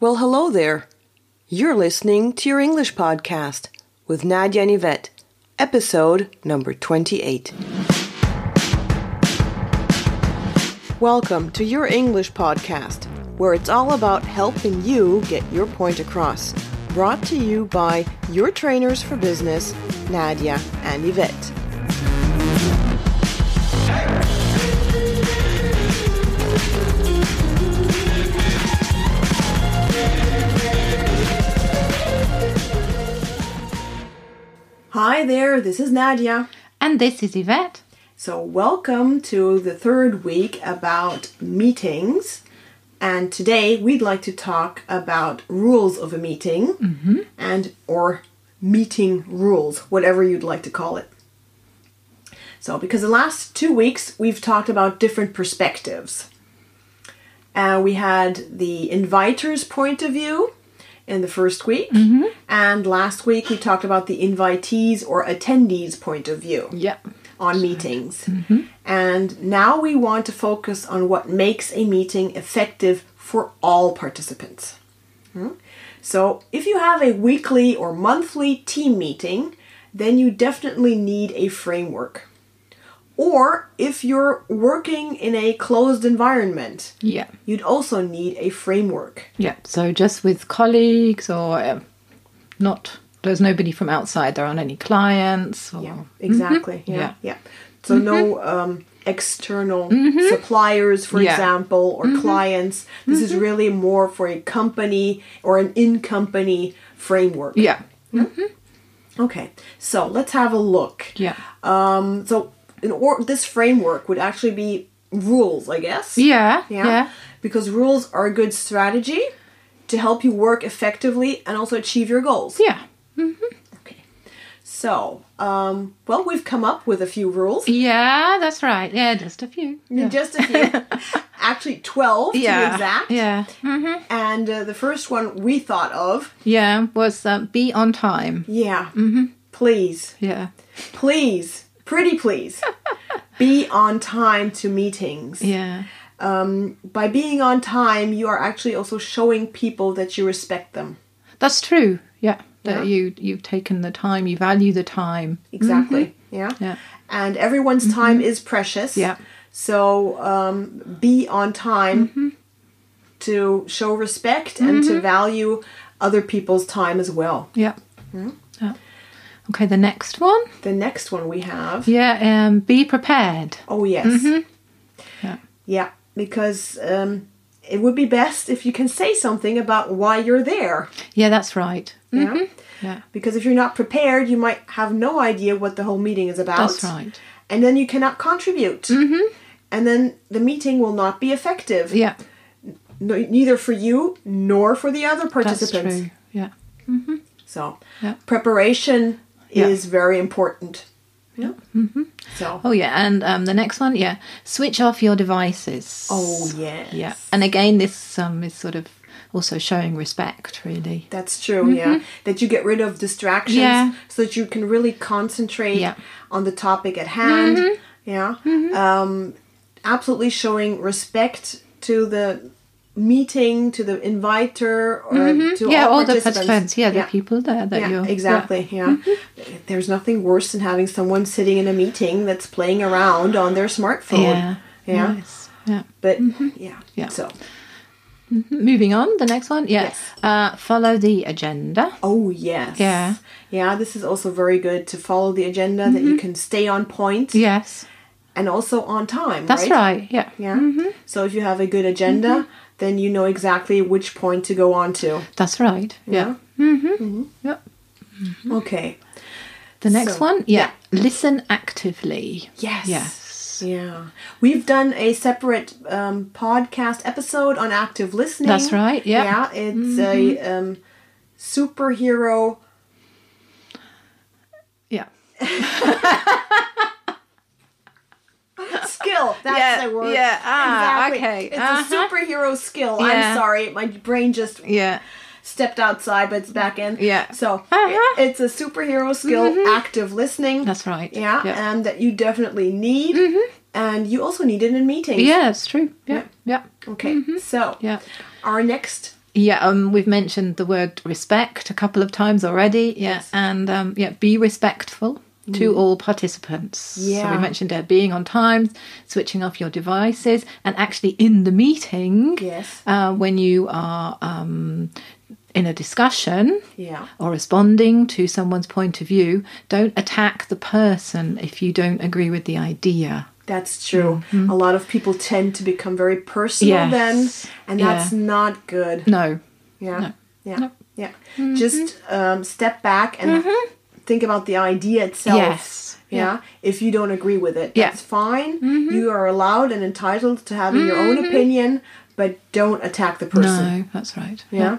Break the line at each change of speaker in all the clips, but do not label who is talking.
Well, hello there. You're listening to your English podcast with Nadia and Yvette, episode number 28. Welcome to your English podcast, where it's all about helping you get your point across. Brought to you by your trainers for business, Nadia and Yvette. Hi there, this is Nadia.
And this is Yvette.
So, welcome to the third week about meetings. And today we'd like to talk about rules of a meeting and or meeting rules, whatever you'd like to call it. So, because the last two weeks we've talked about different perspectives. Uh, we had the inviter's point of view in the first week, and last week we talked about the invitees or attendees point of view
Yeah.
on meetings. And now we want to focus on what makes a meeting effective for all participants. Hmm? So, if you have a weekly or monthly team meeting, then you definitely need a framework. Or if you're working in a closed environment,
Yeah.
you'd also need a framework.
Yeah. So just with colleagues or uh, not, there's nobody from outside, there aren't any clients. Or,
Yeah, exactly. Yeah, yeah.
Mm-hmm. Yeah. Mm-hmm.
So no um, external suppliers, for
Yeah. Mm-hmm.
example, or clients. This is really more for a company or an in-company framework.
Yeah.
Okay. So let's have a look.
Yeah.
Um, so in or this framework would actually be rules, I guess.
Yeah.
Yeah. Because rules are a good strategy to help you work effectively and also achieve your goals.
Yeah.
Okay. So, um, well, we've come up with a few rules.
Yeah, that's right. Yeah, just a few. Yeah.
Just a few. Actually, 12 to be
yeah.
exact.
Yeah. Mhm.
And uh, the first one we thought of,
Yeah. Was um, be on time.
yeah,
Mm-hmm.
please,
Yeah.
please, pretty please, be on time to meetings.
Yeah.
Um, by being on time, you are actually also showing people that you respect them.
That's true. Yeah. That you you've taken the time, you value the time.
Exactly. Yeah.
Mm-hmm. Yeah. Mm-hmm.
And everyone's time is precious.
Yeah.
So um, be on time
Mm-hmm.
to show respect and to value other people's time as well.
Yeah. yeah. Okay, the next one.
The next one we have.
Yeah, Mm-hmm. um be prepared.
Oh, yes.
Yeah.
Yeah. Because um, it would be best if you can say something about why you're there.
Yeah, that's right.
Yeah.
Yeah.
Because if you're not prepared, you might have no idea what the whole meeting is about.
That's right.
And then you cannot contribute. Mm-hmm. And then the meeting will not be effective.
Yeah.
No, neither for you nor for the other
That's
participants.
true. Yeah.
So,
Yeah.
preparation
Yeah.
is very important. Yeah. Mm-hmm. So,
Oh yeah, and um, the next one, yeah, switch off your devices.
oh yes,
yeah. And again, this um, is sort of also showing respect, really.
that's true. Yeah, that you get rid of distractions
Mm-hmm. Yeah.
so that you can really concentrate
Yeah. Mm-hmm.
on the topic at hand. Yeah. Um, absolutely showing respect to the meeting, to the inviter, or Hmm? to
Mm-hmm. Hmm? yeah,
all,
all the participants. Yeah, the
Yeah.
people there that Mm-hmm.
yeah,
you're
exactly. Yeah, there's nothing worse than having someone sitting in a meeting that's playing around on their
Yeah.
smartphone.
Yeah.
yeah.
Nice. Yeah.
But yeah,
Yeah.
So,
Moving on, the next one. Yeah.
Yes.
Uh, follow the agenda.
oh yes,
Yeah.
yeah. This is also very good to follow the agenda that you can
Mm-hmm.
stay on point
Yes.
and also on time.
That's
right.
right. Mm-hmm. Yeah. Hmm.
Yeah. So if you have a good agenda, then you know exactly which point to go on to.
That's right. Yeah. Mm-hmm. Yep.
Okay.
The next
So,
one. Yeah. Listen actively.
Yes.
Yes.
Yeah, we've done a separate um, podcast episode on active listening.
That's right, Mm-hmm. yeah.
yeah, it's a um, superhero.
Yeah.
Skill. That's
Yeah,
the word.
yeah, ah,
exactly.
okay,
It's
uh-huh.
a superhero skill. I'm
Yeah.
sorry, my brain just
Yeah.
stepped outside, but it's back in.
Yeah.
So
Uh-huh.
it's a superhero skill, active listening.
That's right.
yeah, um,
Yeah. Mm-hmm.
and that you definitely need, and you also need it in meetings.
Mm-hmm. yeah, it's true. Yeah. Yeah.
Okay. So
Yeah.
our next
Yeah, um, we've mentioned the word respect a couple of times already. Yeah, and um, yeah, be respectful to all participants. So
Mm. Yeah.
we mentioned uh, being on time, switching off your devices, and actually in the meeting,
Yes.
uh, when you are um, in a discussion
Yeah.
or responding to someone's point of view, don't attack the person if you don't agree with the idea.
That's true. A lot of people tend to become very personal
Mm-hmm. Yes.
then, and that's
Yeah.
not good.
No.
Yeah.
No.
Yeah.
No. Mm-hmm.
Yeah. Just um, step back and think about the idea itself.
Yes.
Yeah. If you don't agree with it,
Yeah. Mm-hmm.
that's fine. You are allowed and entitled to having your own opinion, but don't attack the person.
No, that's right.
Yeah.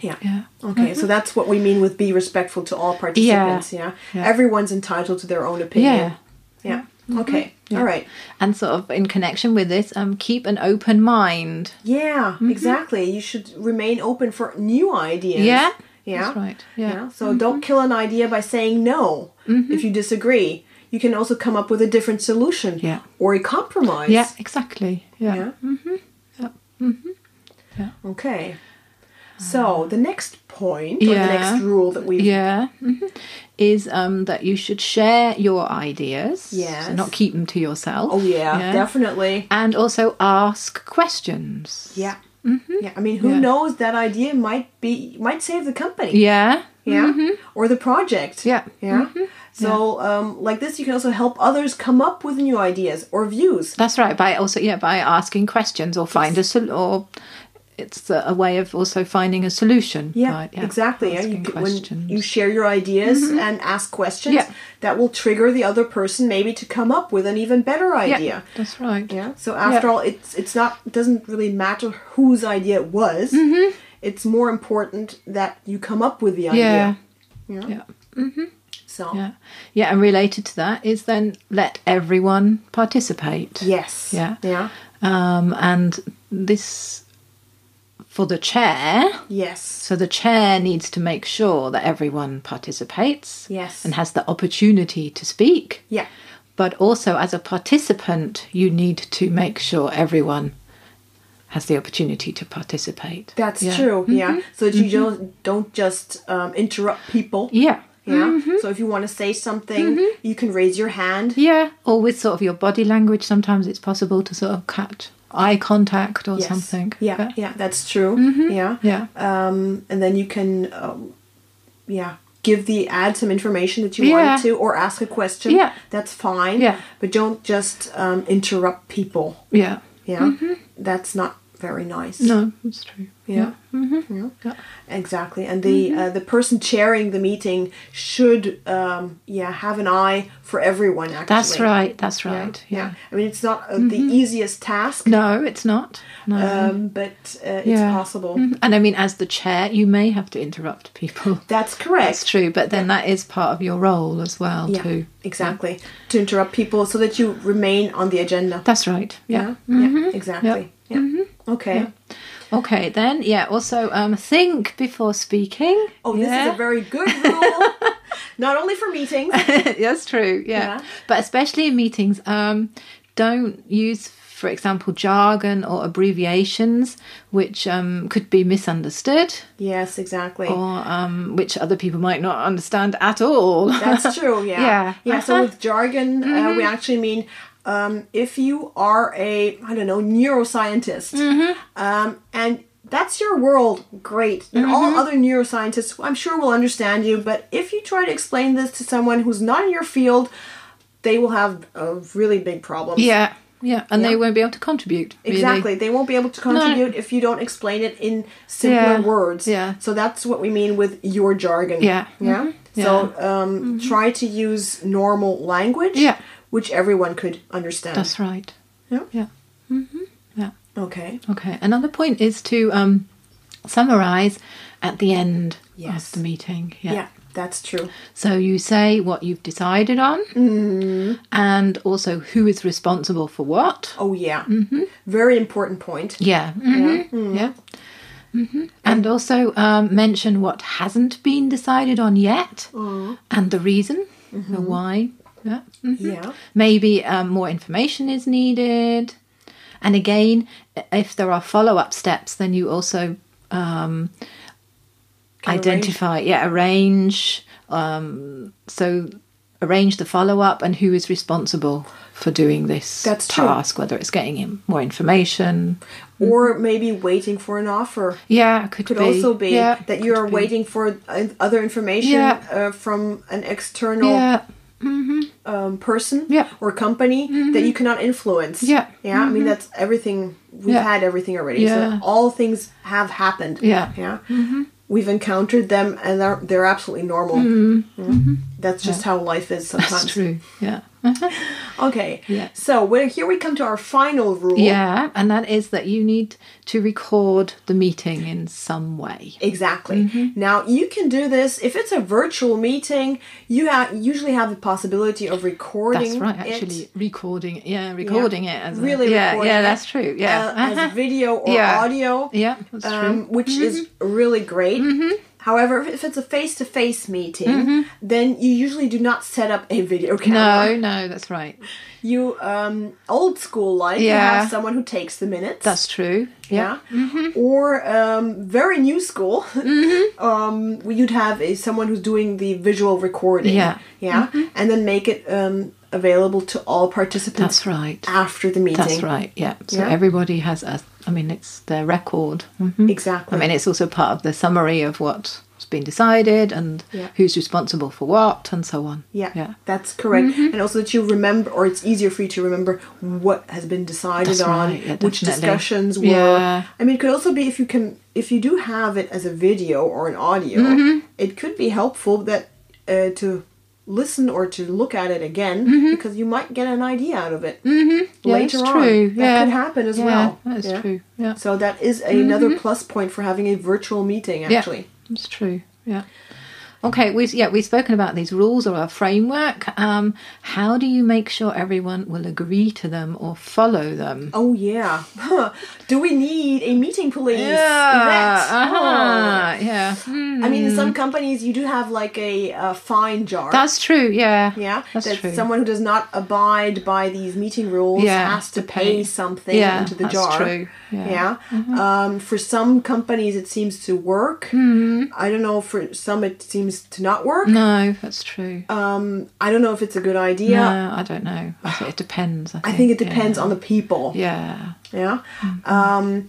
Yeah.
Yeah. Mm-hmm.
Okay, so that's what we mean with be respectful to all participants. Yeah.
Yeah. Mm-hmm.
Everyone's entitled to their own opinion. Yeah. Okay. All right.
And sort of in connection with this, um, keep an open mind.
Yeah,
Mm-hmm.
exactly. You should remain open for new ideas.
Yeah,
Yeah.
that's right. Yeah. Mm-hmm.
So don't kill an idea by saying no if you disagree. You can also come up with a different solution
Yeah.
or a compromise.
Yeah, exactly. Yeah. Mm-hmm.
Yeah.
Yeah. Mm-hmm. Yeah. Um,
Okay. So the next point or the
Yeah.
next rule that we
Yeah. Mhm. Is um, that you should share your ideas.
Yes.
So not keep them to yourself.
Oh yeah, definitely.
And also ask questions.
Yeah. Yeah. I mean, who
Mm-hmm. Yeah.
knows that idea might be might save the company.
Yeah.
yeah or the project
Mm-hmm. Yeah.
yeah
Mm-hmm.
so um, like this you can also help others come up with new ideas or views
That's right. By also, yeah, by asking questions or find a sol- or it's a, a way of also finding a solution.
yeah,
right?
exactly yeah,
Asking
you, can- when
questions. Mm-hmm.
you share your ideas and ask questions
Yeah.
that will trigger the other person maybe to come up with an even better
yeah,
idea
That's right.
Yeah. So after
Yeah.
all, it's it's not it doesn't really matter whose idea it was.
Mm-hmm.
It's more important that you come up with the
Yeah.
idea. Yeah.
Yeah.
So
Yeah. Yeah. And related to that is then let everyone participate.
yes.
Yeah.
Yeah.
Um, and this for the chair.
Yes.
So the chair needs to make sure that everyone participates.
Yes.
And has the opportunity to speak.
Yeah.
But also, as a participant, you need to make sure everyone has the opportunity to participate.
That's
Yeah. Mm-hmm.
true. Yeah. So that you don't don't just um, interrupt people.
Yeah. Mm-hmm.
Yeah. So if you want to say something, you can raise your hand.
Yeah. Or with sort of your body language, sometimes it's possible to sort of catch eye contact or
Yes.
something. Mm-hmm.
Yeah. Yeah. that's true. Yeah.
Yeah.
Um, and then you can, um, yeah, give the ad some information that you
Yeah.
wanted to, or ask a question.
Yeah.
That's fine.
Yeah.
But don't just um, interrupt people.
Yeah.
Yeah. That's not very nice.
Mm-hmm. No, that's true.
Yeah.
Mm-hmm. Yeah. Mm-hmm.
Exactly, and the uh, the person chairing the meeting should, um, yeah, have an eye for everyone. Actually,
That's right. That's
Yeah,
right.
yeah.
Yeah.
I mean, it's not uh, the easiest task,
No, it's not. No.
um, but uh, it's
Yeah.
possible.
Mhm. And I mean, as the chair, you may have to interrupt people.
That's correct.
That's true. But then that is part of your role as well,
Yeah,
too.
exactly. To interrupt people so that you remain on the agenda.
That's right.
Yeah,
Yeah. Mm-hmm.
yeah, exactly. Yeah. Okay.
Okay, then. Yeah. Also, um, think before speaking.
Oh, this is a very good rule. Not only for meetings.
That's true. Yeah.
Yeah.
But especially in meetings, um, don't use, for example, jargon or abbreviations, which um, could be misunderstood
Yes, exactly.
or um, which other people might not understand at all.
That's true. Yeah.
Yeah. Mm-hmm.
So with jargon, uh, we actually mean um, if you are a I don't know neuroscientist,
Mm-hmm.
um, and that's your world, great. And all
Mm-hmm.
other neuroscientists, I'm sure, will understand you. But if you try to explain this to someone who's not in your field, they will have a really big problem.
yeah. Yeah. And they won't be able to contribute. really.
Exactly. They won't be able to contribute if you don't explain it in simpler
Yeah.
words.
Yeah.
So that's what we mean with your jargon.
Yeah.
Yeah.
Mhm.
So um, try to use normal language,
Yeah.
which everyone could understand.
That's right.
Yeah.
Yeah. hmm Yeah.
okay.
Okay. Another point is to um, summarize at the end
Yes.
of the meeting.
Yeah. that's true.
So you say what you've decided on Mm-hmm. and also who is responsible for what.
Oh yeah.
Mm-hmm.
Very important point.
Yeah. Mhm. Yeah. hmm And also um, mention what hasn't been decided on yet and the reason, the why. Yeah. Mhm.
Yeah.
Maybe um, more information is needed. And again, if there are follow up steps, then you also um, identify, yeah, arrange. Um, so arrange the follow up and who is responsible for doing this
That's true.
task, whether it's getting him more information.
Or maybe waiting for an offer.
Yeah, it Mm-hmm. could,
Could
be.
also be
yeah,
that you
could
are
be.
waiting for uh, other information
Yeah.
uh, from an external
Yeah,
um, person
Yeah. Mm-hmm.
or company that you cannot influence.
Yeah. Mm-hmm.
Yeah. I mean, that's everything. We've
Yeah.
had everything already.
Yeah.
So all things have happened.
Yeah. Mm-hmm.
Yeah. We've encountered them and they're, they're absolutely normal. Yeah. That's just how life is sometimes.
Mm-hmm. that's true. Yeah.
Okay.
Yeah.
So we're, here we come to our final rule.
Yeah, and that is that you need to record the meeting in some way.
Exactly.
Mm-hmm.
Now you can do this if it's a virtual meeting. You ha- usually have the possibility of recording.
That's right,
it,
actually recording. Yeah,
yeah,
recording it as a-
really
yeah,
recording
yeah,
it,
that's true. Yeah,
uh, as
Uh-huh.
video or
Yeah.
audio.
yeah, that's true. Mm-hmm.
um, which is really great. However, if it's a face-to-face meeting, then you usually do not set up a video camera.
Mm-hmm. No, no, that's right.
You um, old school like you
Yeah.
have someone who takes the minutes.
That's Mm-hmm. true.
yeah, or um, very new school.
Mm-hmm.
um, where you'd have a, someone who's doing the visual recording.
Yeah. Mm-hmm.
yeah, and then make it um, available to all participants
That's right.
after the meeting.
That's right. Yeah. So
Yeah.
everybody has a. I mean, it's their record. Mm-hmm. I
Exactly.
mean, it's also part of the summary of what's been decided and
Yeah.
who's responsible for what and so on.
Yeah,
Yeah. Mm-hmm.
that's correct. And also that you remember, or it's easier for you to remember what has been decided
That's
on,
right, yeah,
which
definitely.
discussions were.
Yeah.
I mean, it could also be if you can, if you do have it as a video or an audio,
Mm-hmm.
it could be helpful that uh, to listen or to look at it again because you might get an idea out of it
Mm-hmm. Yeah,
later
that's
on.
true.
That
yeah.
could happen as
Yeah,
well.
That's
Yeah.
true. Yeah. Mm-hmm.
So that is another plus point for having a virtual meeting. Actually,
Yeah, that's true. Yeah. Okay, we yeah we've spoken about these rules or a framework. Um, how do you make sure everyone will agree to them or follow them?
oh yeah. do we need a meeting police? Yvette? Oh.
uh-huh, yeah. Hmm,
I mean, in some companies, you do have like a, uh fine jar.
That's true. Yeah,
yeah,
that's
that
true.
someone who does not abide by these meeting rules
Yeah,
has to
to
pay,
pay.
something
Yeah,
into the
that's
jar.
true.
Yeah.
Yeah. Mm-hmm.
Um, for some companies, it seems to work.
Mm-hmm.
I don't know. For some, it seems to not work.
no, that's true.
Um, I don't know if it's a good idea.
No, I don't know. I think it depends. I think,
I think it
yeah.
depends on the people.
Yeah.
Yeah.
Mm-hmm.
Um,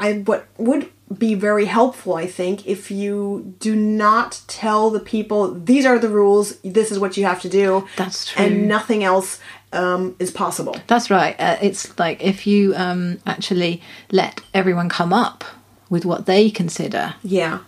I what would be very helpful, I think, if you do not tell the people these are the rules, this is what you have to do,
That's true.
and nothing else um, is possible.
That's right. Uh, it's like if you um, actually let everyone come up with what they consider
Yeah.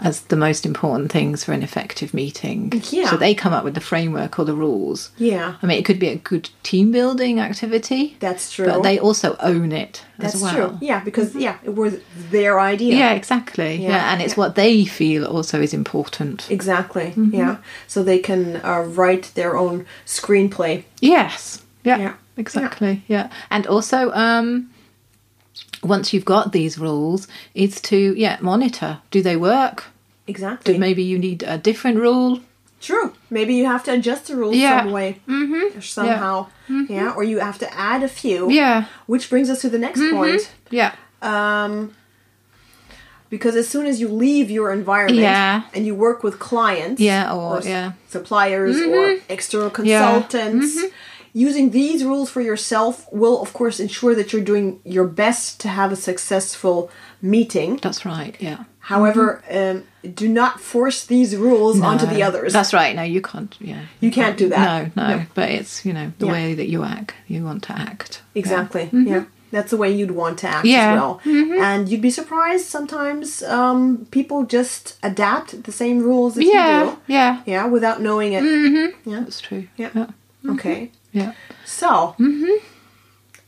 as the most important things for an effective meeting.
Yeah.
So they come up with the framework or the rules.
Yeah.
I mean, it could be a good team building activity.
That's true.
But they also own it
That's
as well. Mm-hmm.
true. Yeah, because yeah, it was their idea.
Yeah, exactly. Yeah,
Yeah,
and it's
yeah.
what they feel also is important.
Exactly.
Mm-hmm.
Yeah. So they can uh, write their own screenplay.
Yes. Yeah.
Yeah.
Exactly. Yeah. And also, um, once you've got these rules, it's to yeah monitor. Do they work?
Exactly.
Do maybe you need a different rule?
True. Maybe you have to adjust the rules
Yeah. Mm-hmm.
some way, mm-hmm. somehow. Yeah, or you have to add a few.
Yeah.
Which brings us to the next
Mm-hmm.
point.
Yeah.
Um, because as soon as you leave your environment
Yeah.
and you work with clients,
Yeah, or-
s-
yeah. Mm-hmm.
suppliers or external consultants, using these rules for yourself will, of course, ensure that you're doing your best to have a successful meeting.
That's right. Yeah.
However, um, do not force these rules onto the
Mm-hmm. No,
others.
That's right. No, you can't. Yeah,
You can't do that.
No, no. But it's you know the
Yeah.
way that you act. You want to act. Yeah. Mm-hmm.
Exactly. Yeah. That's the way you'd want to act
Yeah. Mm-hmm.
as well. And you'd be surprised sometimes um, people just adapt the same rules as
Yeah. Mm-hmm.
you
Yeah.
do. Yeah, without knowing it.
That's true.
Yeah.
Yeah.
Okay.
Yeah.
So,
Mm-hmm.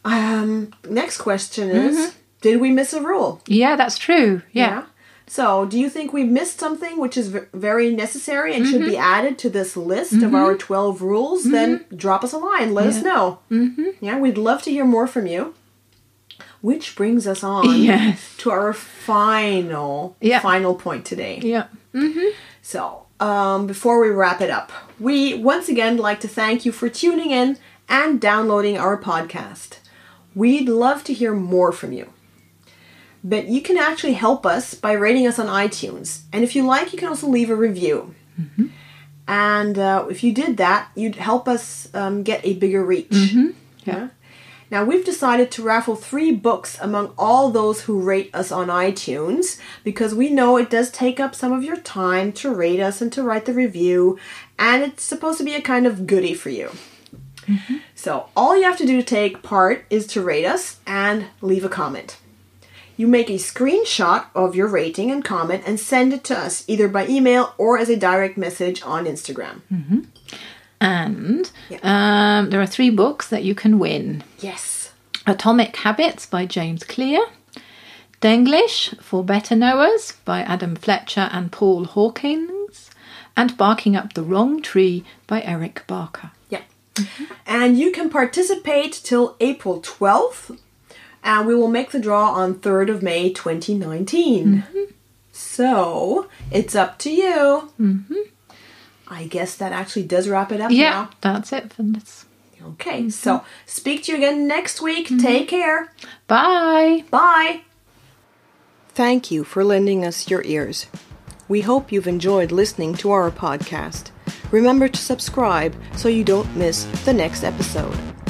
um, next question is
Mm-hmm.
Did we miss a rule?
Yeah, That's true. Yeah.
So, do you think we missed something which is v- very necessary and should be
Mm-hmm.
added to this list of our 12 rules? Then drop us a line. Let us know. Mm-hmm. Yeah, we'd love to hear more from you. Which brings us on
Yes.
to our final
Yeah.
final point today.
Yeah. Mm-hmm.
So, um, before we wrap it up, we once again like to thank you for tuning in and downloading our podcast. We'd love to hear more from you. But you can actually help us by rating us on iTunes. And if you like, you can also leave a review. And uh, if you did that, you'd help us um, get a bigger reach.
Yeah.
Now, we've decided to raffle three books among all those who rate us on iTunes because we know it does take up some of your time to rate us and to write the review, and it's supposed to be a kind of goodie for you. So, all you have to do to take part is to rate us and leave a comment. You make a screenshot of your rating and comment and send it to us either by email or as a direct message on Instagram.
And um, there are three books that you can win
Yes.
Atomic Habits by James Clear, Denglish for Better Knowers by Adam Fletcher and Paul Hawkins, and Barking Up the Wrong Tree by Eric Barker.
Yeah. And you can participate till April 12th. And we will make the draw on 3rd of May 2019. So it's up to you. Mm-hmm. I guess that actually does wrap it up
Yeah, that's it for this.
now. Okay, so speak to you again next week. Take care.
Bye.
Bye. Thank you for lending us your ears. We hope you've enjoyed listening to our podcast. Remember to subscribe so you don't miss the next episode.